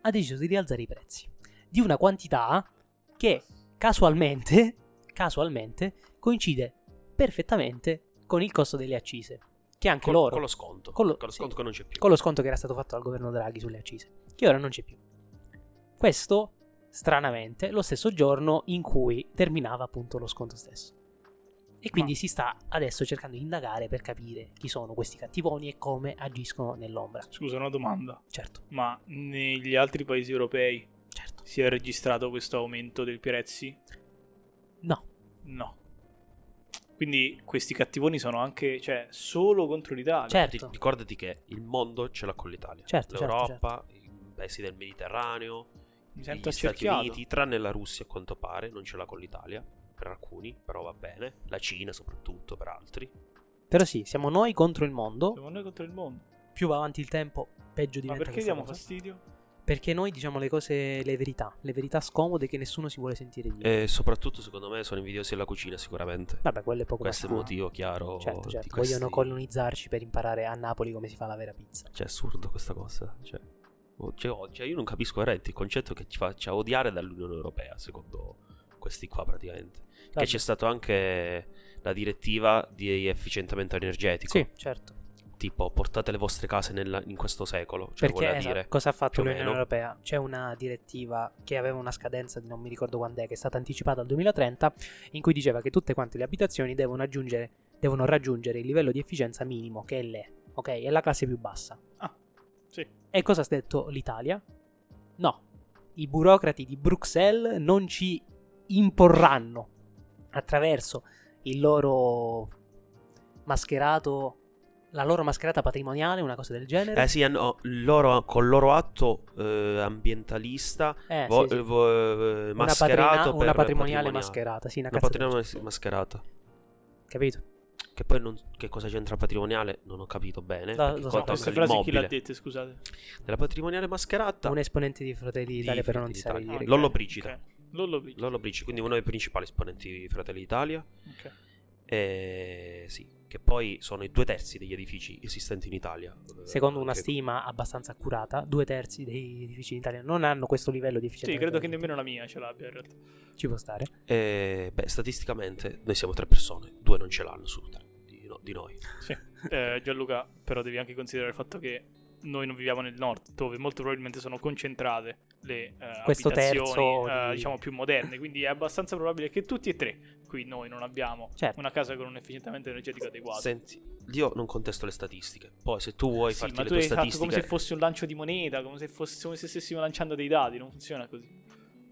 ha deciso di rialzare i prezzi di una quantità che casualmente, casualmente coincide perfettamente con il costo delle accise, che anche Con, loro con lo sconto. Con lo- sconto che non c'è più. con lo sconto che era stato fatto dal governo Draghi sulle accise, che ora non c'è più. Questo, stranamente, lo stesso giorno in cui terminava appunto lo sconto stesso. E quindi si sta adesso cercando di indagare per capire chi sono questi cattivoni e come agiscono nell'ombra. Scusa, una domanda. Certo, Ma negli altri paesi europei certo. si è registrato questo aumento dei prezzi? No, No. Quindi questi cattivoni sono anche, cioè, solo contro l'Italia. certo. Ti- ricordati che il mondo ce l'ha con l'Italia. Certo, certo, Certo, L'Europa, i paesi del Mediterraneo, Mi sento gli Stati accerchiato. Uniti, tranne la Russia a quanto pare, non ce l'ha con l'Italia. Per alcuni, però va bene. La Cina soprattutto, per altri. Però sì, siamo noi contro il mondo. Siamo noi contro il mondo. Più va avanti il tempo, peggio Ma diventa perché questa diamo cosa. fastidio? Perché noi diciamo le cose, le verità, le verità scomode che nessuno si vuole sentire dire. Eh. E soprattutto, secondo me, sono invidiosi della cucina sicuramente. Vabbè, quello è poco ma Questo è il sicuro. motivo chiaro. Certo, di certo. questi- Vogliono colonizzarci per imparare a Napoli come si fa la vera pizza. Cioè, è assurdo questa cosa. Cioè, oh, cioè, oh, cioè, io non capisco veramente il concetto che ci faccia odiare dall'Unione Europea, secondo questi qua praticamente. Che Vabbè. c'è stata anche la direttiva di efficientamento energetico. Sì, certo. Tipo, portate le vostre case nella- in questo secolo. Cioè, Perché voleva esatto, dire. cosa ha fatto più o l'Unione meno. Europea? C'è una direttiva che aveva una scadenza di non mi ricordo quando è, che è stata anticipata al 2030, in cui diceva che tutte quante le abitazioni devono, aggiungere, devono raggiungere il livello di efficienza minimo, che è l'E, ok? È la classe più bassa. Ah, sì. E cosa ha detto l'Italia? No, i burocrati di Bruxelles non ci imporranno attraverso il loro mascherato, la loro mascherata patrimoniale, una cosa del genere. Eh sì, hanno, loro, col loro atto eh, ambientalista Eh, vo- sì, sì. vo- eh, Una, mascherato patrina- una per patrimoniale mascherata, sì, una, Una cazzata del patrimoniale mascherata. genere, capito? Che poi non, che cosa c'entra il patrimoniale non ho capito bene. Da- perché lo so, conta queste anche frasi chi l'ha l'immobile. dette, scusate? Della patrimoniale mascherata. Un esponente di Fratelli d'Italia, però non ti Fratelli saprei d'Italia. dire. Lollo Ah, ok, Brigida. ok. Lollo Brigida. Lollo Brici, quindi uno dei principali esponenti di Fratelli d'Italia. ok. E sì, che poi sono i due terzi degli edifici esistenti in Italia. Eh, Secondo una che- stima abbastanza accurata, due terzi dei edifici in Italia non hanno questo livello di efficienza. Sì, credo che nemmeno la mia ce l'abbia in realtà. ci può stare. eh, beh, statisticamente noi siamo tre persone, due non ce l'hanno su tre. Di, no- di di noi. Eh, Gianluca, però devi anche considerare il fatto che noi non viviamo nel nord, dove molto probabilmente sono concentrate le eh, Questo abitazioni terzo eh, di- diciamo più moderne, quindi è abbastanza probabile che tutti e tre qui noi non abbiamo Certo. una casa con un efficientamento energetico adeguato. Senti, io non contesto le statistiche. Poi, se tu vuoi Sì, farti ma le tu tue hai fatto come statistiche, se fosse un lancio di moneta, come se, fosse, come se stessimo lanciando dei dadi, non funziona così.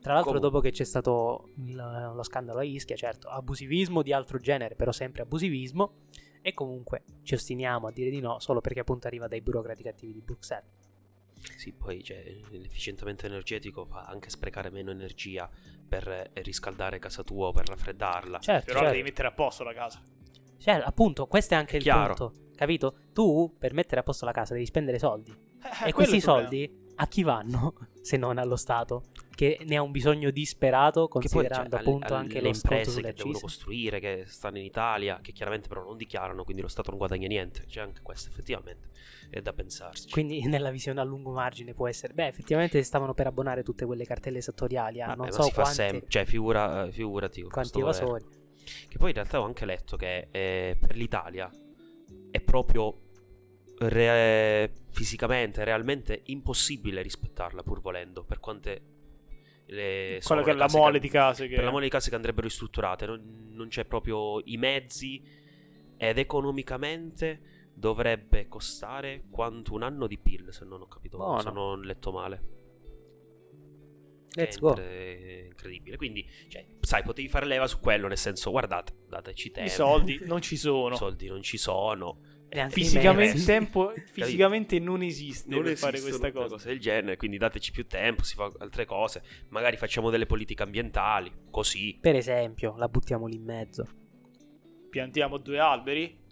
Tra l'altro, Comunque. dopo che c'è stato il- eh, lo scandalo a Ischia, certo, abusivismo di altro genere, però sempre abusivismo. E comunque ci ostiniamo a dire di no solo perché appunto arriva dai burocrati cattivi di Bruxelles. Sì, poi cioè, l'efficientamento energetico fa anche sprecare meno energia per eh, riscaldare casa tua o per raffreddarla. Certo, Però la certo. devi mettere a posto la casa. Cioè, appunto, questo è anche il Chiaro. punto, capito? Tu per mettere a posto la casa devi spendere soldi. Eh, e quello è questi il problema. soldi a chi vanno [LAUGHS] se non allo Stato? Che ne ha un bisogno disperato, Che poi, cioè, considerando alle- appunto alle- anche le lo sconto imprese sulle che devono accise. costruire, che stanno in Italia, che chiaramente però non dichiarano, quindi lo Stato non guadagna niente. C'è anche questo, effettivamente, è da pensarci. Quindi [LAUGHS] nella visione a lungo margine può essere... Beh, effettivamente stavano per abbonare tutte quelle cartelle esattoriali a Vabbè, non ma so si fa quanti, sempre, cioè figura, figurati con quanti questo governo. evasori. Che poi in realtà ho anche letto che eh, per l'Italia è proprio re- fisicamente, realmente impossibile rispettarla pur volendo, per quante le Quella sono che è le la case mole che- di case che... per la mole di case che andrebbero ristrutturate, non, non c'è proprio i mezzi ed economicamente dovrebbe costare quanto un anno di PIL, se non ho capito, Buono. se non ho letto male che Let's è go. incre- incredibile. Quindi, cioè, sai, potevi fare leva su quello, nel senso, guardate, dateci I tempo. soldi non ci sono. [LAUGHS] I soldi non ci sono. Eh, Neanche i Fisicamente, mezzi. [LAUGHS] tempo- fisicamente non esiste Non per fare esistono questa una cosa. cosa del genere, quindi dateci più tempo, si fa altre cose. Magari facciamo delle politiche ambientali, così. Per esempio, la buttiamo lì in mezzo. Piantiamo due alberi?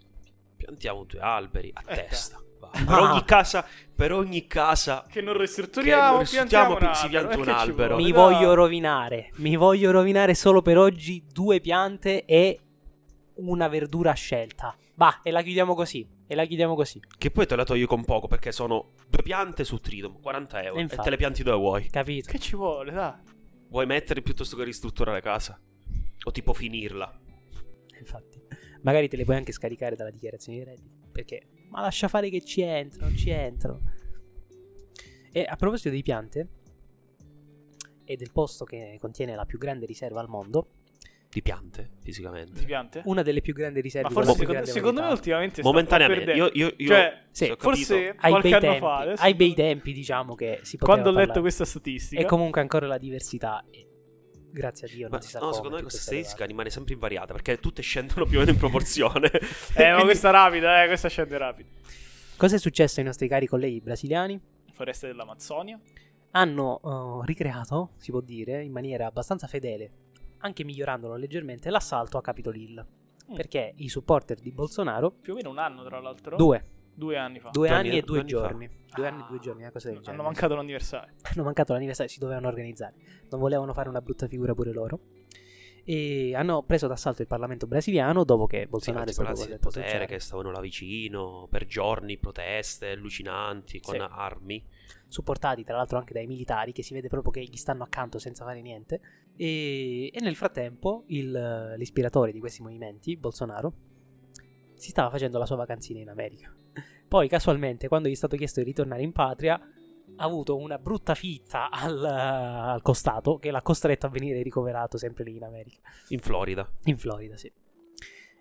Piantiamo due alberi a Eh, testa. [LAUGHS] va. Ah. Per ogni casa, per ogni casa Che non Che ristrutturiamo, non piantiamo ristrutturiamo, un pi- si albero. pianta eh, un che ci albero. [LAUGHS] vuole? Mi Dai. voglio rovinare. Mi voglio rovinare solo per oggi due piante e una verdura a scelta. Va, e la chiudiamo così. E la chiudiamo così. Che poi te la togli con poco perché sono due piante su Tridom, 40 euro. E E infatti. te le pianti dove vuoi. Capito? Che ci vuole, dai. Vuoi mettere piuttosto che ristrutturare casa? O tipo finirla? Infatti. Magari te le puoi anche scaricare dalla dichiarazione di reddito. Perché? Ma lascia fare che ci entro, ci entro. E a proposito di piante e del posto che contiene la più grande riserva al mondo, Di piante, fisicamente. Ti piante? una delle più grandi riserve Ma al forse mondo. secondo, secondo me ultimamente sta un po' Momentaneamente, perdendo. io, io, io Cioè, Sì, ho capito- forse ai bei, qualche anno tempi, fa, adesso- ai bei tempi, diciamo che si poteva quando ho letto parlare. questa statistica, E comunque ancora la diversità. e grazie a Dio, Ma non si sa no, come secondo me tutto questa è statistica arrivato. rimane sempre invariata perché tutte scendono più o meno [LAUGHS] in proporzione. [LAUGHS] eh, ma Quindi- questa rapida, eh, questa scende rapida. Cosa è successo ai nostri cari colleghi brasiliani? Foreste dell'Amazzonia, Hanno eh, ricreato, si può dire, in maniera abbastanza fedele, anche migliorandolo leggermente, l'assalto a Capitol Hill. Mm. Perché i supporter di Bolsonaro, più o meno un anno tra l'altro, due, Due anni fa. due Due anni anni- e due, due anni fa. giorni. Due anni e Ah. due giorni, una cosa del genere. Hanno mancato l'anniversario. hanno mancato l'anniversario, si dovevano organizzare, non volevano fare una brutta figura pure loro. E hanno preso d'assalto il Parlamento brasiliano dopo che Sì, Bolsonaro è stato cioè, articolati del costretto a rinunciare. cioè potere che stavano là vicino per giorni, proteste allucinanti con Sì. armi. supportati tra l'altro anche dai militari che si vede proprio che gli stanno accanto senza fare niente e, e nel frattempo il- l'ispiratore di questi movimenti, Bolsonaro, si stava facendo la sua vacanzina in America. Poi casualmente quando gli è stato chiesto di ritornare in patria ha avuto una brutta fitta al, al costato che l'ha costretto a venire ricoverato sempre lì in America. In Florida, In Florida, sì.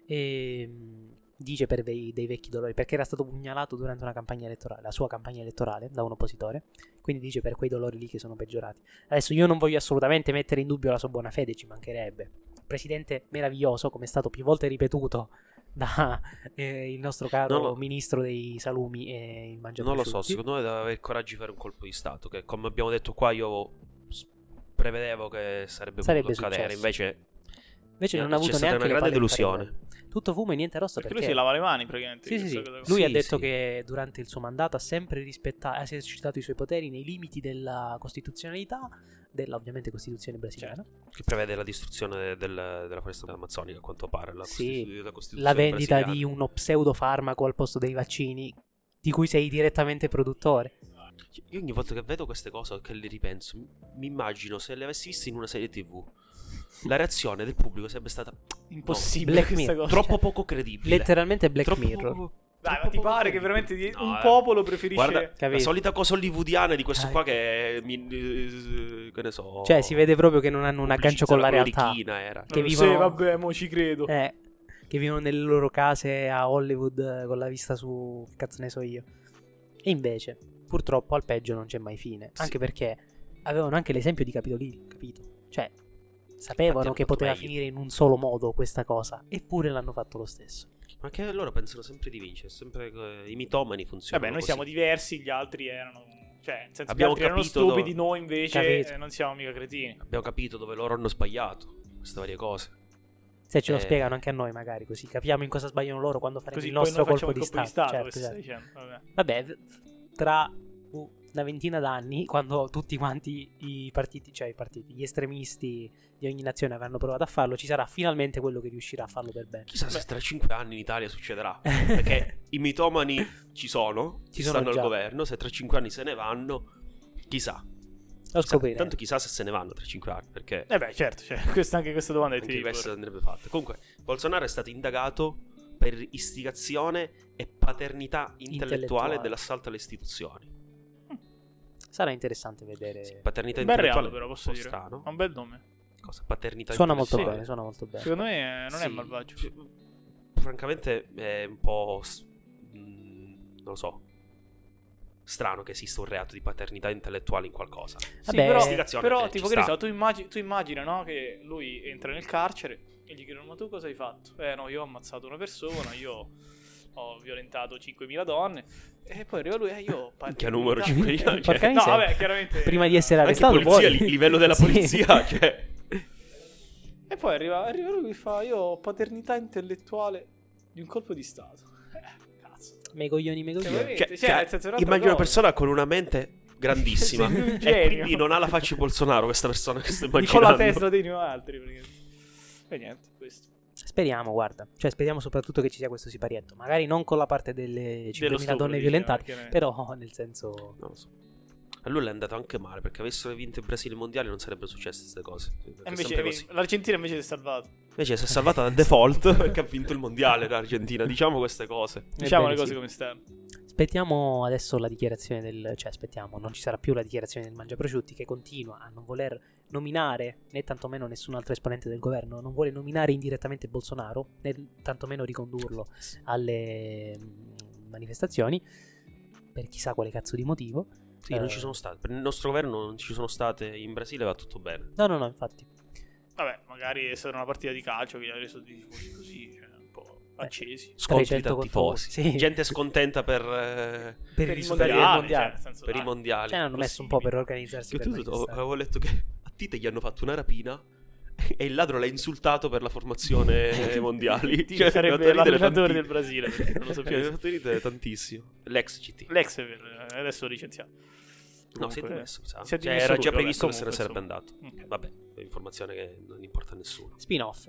E, mh, dice per dei, dei vecchi dolori, perché era stato pugnalato durante una campagna elettorale, la sua campagna elettorale, da un oppositore. Quindi dice per quei dolori lì che sono peggiorati. Adesso io non voglio assolutamente mettere in dubbio la sua buona fede, ci mancherebbe. Presidente meraviglioso, come è stato più volte ripetuto da eh, il nostro caro Non lo- ministro dei salumi e il mangiatore. non lo so. Secondo me deve avere il coraggio di fare un colpo di stato. Che come abbiamo detto qua, io s- prevedevo che sarebbe, Sarebbe potuto accadere. successo. Invece, Invece non ha c'è avuto stata neanche una le grande palle di delusione. farina. Tutto fumo e niente rosso Perché, perché, lui si lava le mani praticamente. Sì, sì, sì. questa cosa- Lui ha Sì, detto sì. che durante il suo mandato ha sempre rispettato, ha esercitato i suoi poteri nei limiti della costituzionalità, della ovviamente Costituzione brasiliana, che prevede la distruzione del- della foresta amazzonica, a quanto pare. La, Sì, Costitu- la Costituzione la vendita brasiliana. di uno pseudofarmaco al posto dei vaccini di cui sei direttamente produttore. Io ogni volta che vedo queste cose, che le ripenso, mi- mi immagino se le avessi viste in una serie TV. la reazione del pubblico [LAUGHS] sarebbe stata Impossibile Black questa Mirror. cosa. troppo poco credibile. Cioè, Letteralmente Black Troppo Mirror. poco- Dai, ma troppo ti poco pare che credibile. veramente di- No, un eh. popolo preferisce... Guarda, la Capito? solita cosa hollywoodiana di questo Eh. qua che mi, eh, che ne so. Cioè, si vede proprio che non hanno un aggancio con la realtà. lirichina era. che Eh, Sì, vivono- vabbè, mo ci [LAUGHS] credo. Eh, che vivono nelle loro case a Hollywood eh, con la vista su che cazzo ne so io. E invece, purtroppo al peggio non c'è mai fine. Sì. Anche perché avevano anche l'esempio di Capitolino, capito? Cioè, sapevano hanno che fatto poteva meglio. finire in un solo modo questa cosa, eppure l'hanno fatto lo stesso. Ma che loro pensano sempre di vincere, sempre eh, i mitomani funzionano. Vabbè, noi così. siamo diversi, gli altri erano... Cioè, nel senso, Abbiamo gli altri erano capito dove- stupidi, noi invece Capito. eh, non siamo mica cretini. Abbiamo capito dove loro hanno sbagliato queste varie cose. Se ce lo Eh. spiegano anche a noi, magari, così capiamo in cosa sbagliano loro quando faremo Così il poi nostro noi colpo facciamo di il colpo di stato. Certo, stato. questo certo. stai dicendo, vabbè. Vabbè, f- tra boh, una ventina d'anni, quando tutti quanti i partiti, cioè i partiti, gli estremisti di ogni nazione avranno provato a farlo, ci sarà finalmente quello che riuscirà a farlo per bene. Chissà se Beh. tra 5 anni in Italia succederà. Perché [LAUGHS] i mitomani ci sono, Ci ci sono stanno già. al governo, se tra 5 anni se ne vanno, chissà. Lo Chissà, scopriremo. Tanto chissà se se ne vanno tra 5 anni, perché Eh beh, certo, cioè, questa, anche questa domanda è anche tipo. questo andrebbe fatto. Comunque, Bolsonaro è stato indagato per istigazione e paternità intellettuale, Intellettuale. dell'assalto alle istituzioni. Sarà interessante vedere. Sì, paternità Bel intellettuale reato, però, un posso po' dire. strano. Ha un bel nome. Cosa? Paternità Suona molto intellettuale. bene, suona molto bene. Secondo me eh, non è Sì, malvagio. f- Francamente è un po'. s- mm, non lo so. Strano che esista un reato di paternità intellettuale in qualcosa. Cioè, Sì, Vabbè, però, istigazione, però eh, tipo, ci che ne sta. so, tu, immagini, tu immagina, no, che lui entra nel carcere e gli chiedono, ma tu cosa hai fatto? Eh, no, io ho ammazzato una persona, io ho violentato 5.000 donne, e poi arriva lui, eh, [LAUGHS] io... ho Minchia, paternità- numero [LAUGHS] 5.000, cioè. Porca No, miseria. vabbè, chiaramente... Prima di essere Anche arrestato, polizia, vuoi? il livello [LAUGHS] della Sì. polizia. cioè. E poi arriva, arriva lui e fa, io ho paternità intellettuale di un colpo di stato. [LAUGHS] Eh, Cazzo. Me coglioni, me Cioè, coglioni. veramente, cioè, nel senso, è un'altra immagino cosa. una persona con una mente [LAUGHS] [LAUGHS] grandissima. Sì, un e genio. quindi non ha la faccia di Bolsonaro, questa persona [LAUGHS] che sto immaginando. Nicola Tesla dei noi altri, praticamente. E niente, questo. Speriamo, guarda. Cioè, speriamo soprattutto che ci sia questo siparietto. Magari non con la parte delle Dello 5.000 donne stupro, violentate, diciamo, chiaramente. però nel senso. Non lo so. A lui è andato anche male perché avessero vinto il Brasile mondiale non sarebbero successe queste cose. Perché è E sempre invece, così. L'Argentina invece si è salvata. Invece si è salvata da [LAUGHS] default perché ha vinto il mondiale l'Argentina. Diciamo queste cose. Diciamo Ebbene, le cose sì. come stanno. Aspettiamo adesso la dichiarazione del. cioè, aspettiamo, non ci sarà più la dichiarazione del Mangiaprosciutti che continua a non voler nominare né tantomeno nessun altro esponente del governo, non vuole nominare indirettamente Bolsonaro, né tantomeno ricondurlo alle mm, manifestazioni, per chissà quale cazzo di motivo. Sì, eh. non ci sono state. Per il nostro governo non ci sono state. In Brasile va tutto bene. No, no, no, infatti. Vabbè, magari è stata una partita di calcio che li ha reso di- così, così, cioè, un po' accesi. Scontri 300 da contro tifosi. uno, sì. Gente scontenta per, eh, Per, Per il il mondiale, mondiale, del cioè, mondiale. nel senso, per i dai. mondiali. Cioè, hanno messo un po' per Eh, organizzarsi. Che per tu- tu- manifestare. avevo letto che a Tite gli hanno fatto una rapina e il ladro l'ha insultato per [LAUGHS] la formazione mondiali. Cioè, Tite mi ha sarebbe fatto ridere l'allenatore tanti- del Brasile, perché non lo sapevo. [LAUGHS] Mi ha fatto ridere tantissimo. L'ex CT. L'ex è vero, eh, adesso licenziato. No, si è Comunque, dimesso, mi sa. si è Cioè, dimesso era lui, già vabbè, previsto che se ne comunque, sarebbe insomma. andato. Ok. Vabbè, è informazione che non importa a nessuno. Spin-off.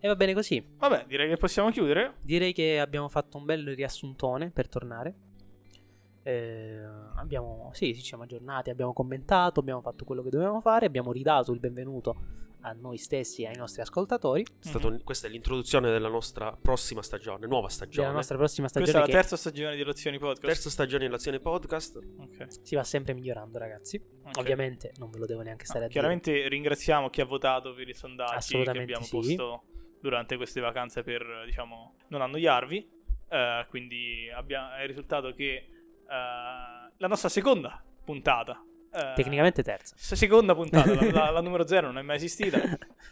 E va bene così. Vabbè, direi che possiamo chiudere. Direi che abbiamo fatto un bel riassuntone per tornare. Eh, abbiamo, sì, sì, ci siamo aggiornati, abbiamo commentato, abbiamo fatto quello che dovevamo fare, abbiamo ridato il benvenuto a noi stessi e ai nostri ascoltatori È Mhm. Mm. stato un- questa è l'introduzione della nostra prossima stagione, della nuova stagione. nostra prossima Questa è stagione la che terza stagione di Relazioni Podcast. Terza stagione dell'azione podcast. Ok, si va sempre migliorando, ragazzi. ok. Ovviamente non ve lo devo neanche stare Ah, a dire. Chiaramente ringraziamo chi ha votato per i sondaggi che Assolutamente abbiamo sì. posto durante queste vacanze per eh, diciamo non annoiarvi. Eh, quindi abbia- è risultato che eh, la nostra seconda puntata, eh, Tecnicamente terza. se- seconda puntata, la, la- [LAUGHS] la numero zero non è mai esistita.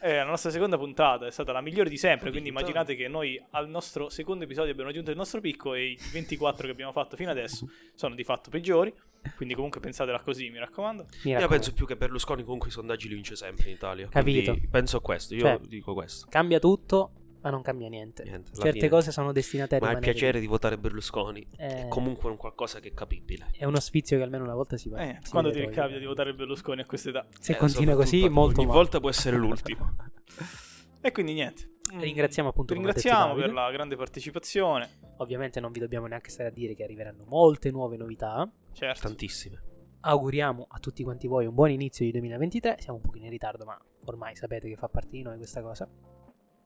eh, la nostra seconda puntata è stata la migliore di sempre. Quindi immaginate che noi al nostro secondo episodio abbiamo raggiunto il nostro picco e i 24 che abbiamo fatto fino adesso sono di fatto peggiori. Quindi comunque pensatela così, mi raccomando. Mi Io raccomando. penso più che Berlusconi comunque i sondaggi li vince sempre in Italia. Capito. Quindi penso a questo, io Cioè, dico questo. Cambia tutto, ma non cambia niente. Niente, alla Certe fine. cose sono destinate a Ma il rimanere. piacere di votare Berlusconi Eh. è comunque un qualcosa che è capibile. È uno sfizio che almeno una volta si va. Eh, si quando ti vede togliere. ricapita di votare Berlusconi a questa età? Se Eh, continua così, soprattutto, molto ogni male. volta può Ecco. essere l'ultimo. [LAUGHS] E quindi niente. Mm. Ringraziamo appunto Ti come ha detto ringraziamo per Davide. la grande partecipazione. Ovviamente non vi dobbiamo neanche stare a dire che arriveranno molte nuove novità. Certo. Tantissime. auguriamo a tutti quanti voi un buon inizio di 2023. Siamo un pochino in ritardo, ma ormai sapete che fa parte di noi questa cosa.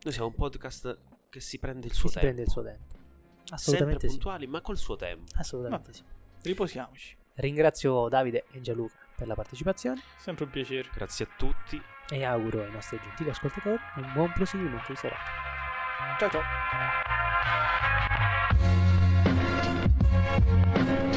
Noi siamo un podcast che si prende il Ci suo si tempo. prende il suo tempo. Sempre Assolutamente sì. puntuali, ma col suo tempo. Assolutamente sì. Riposiamoci. Ringrazio Davide e Gianluca per la partecipazione Sempre un piacere. Grazie a tutti. e auguro ai nostri gentili ascoltatori un buon proseguimento di serata. Ciao ciao.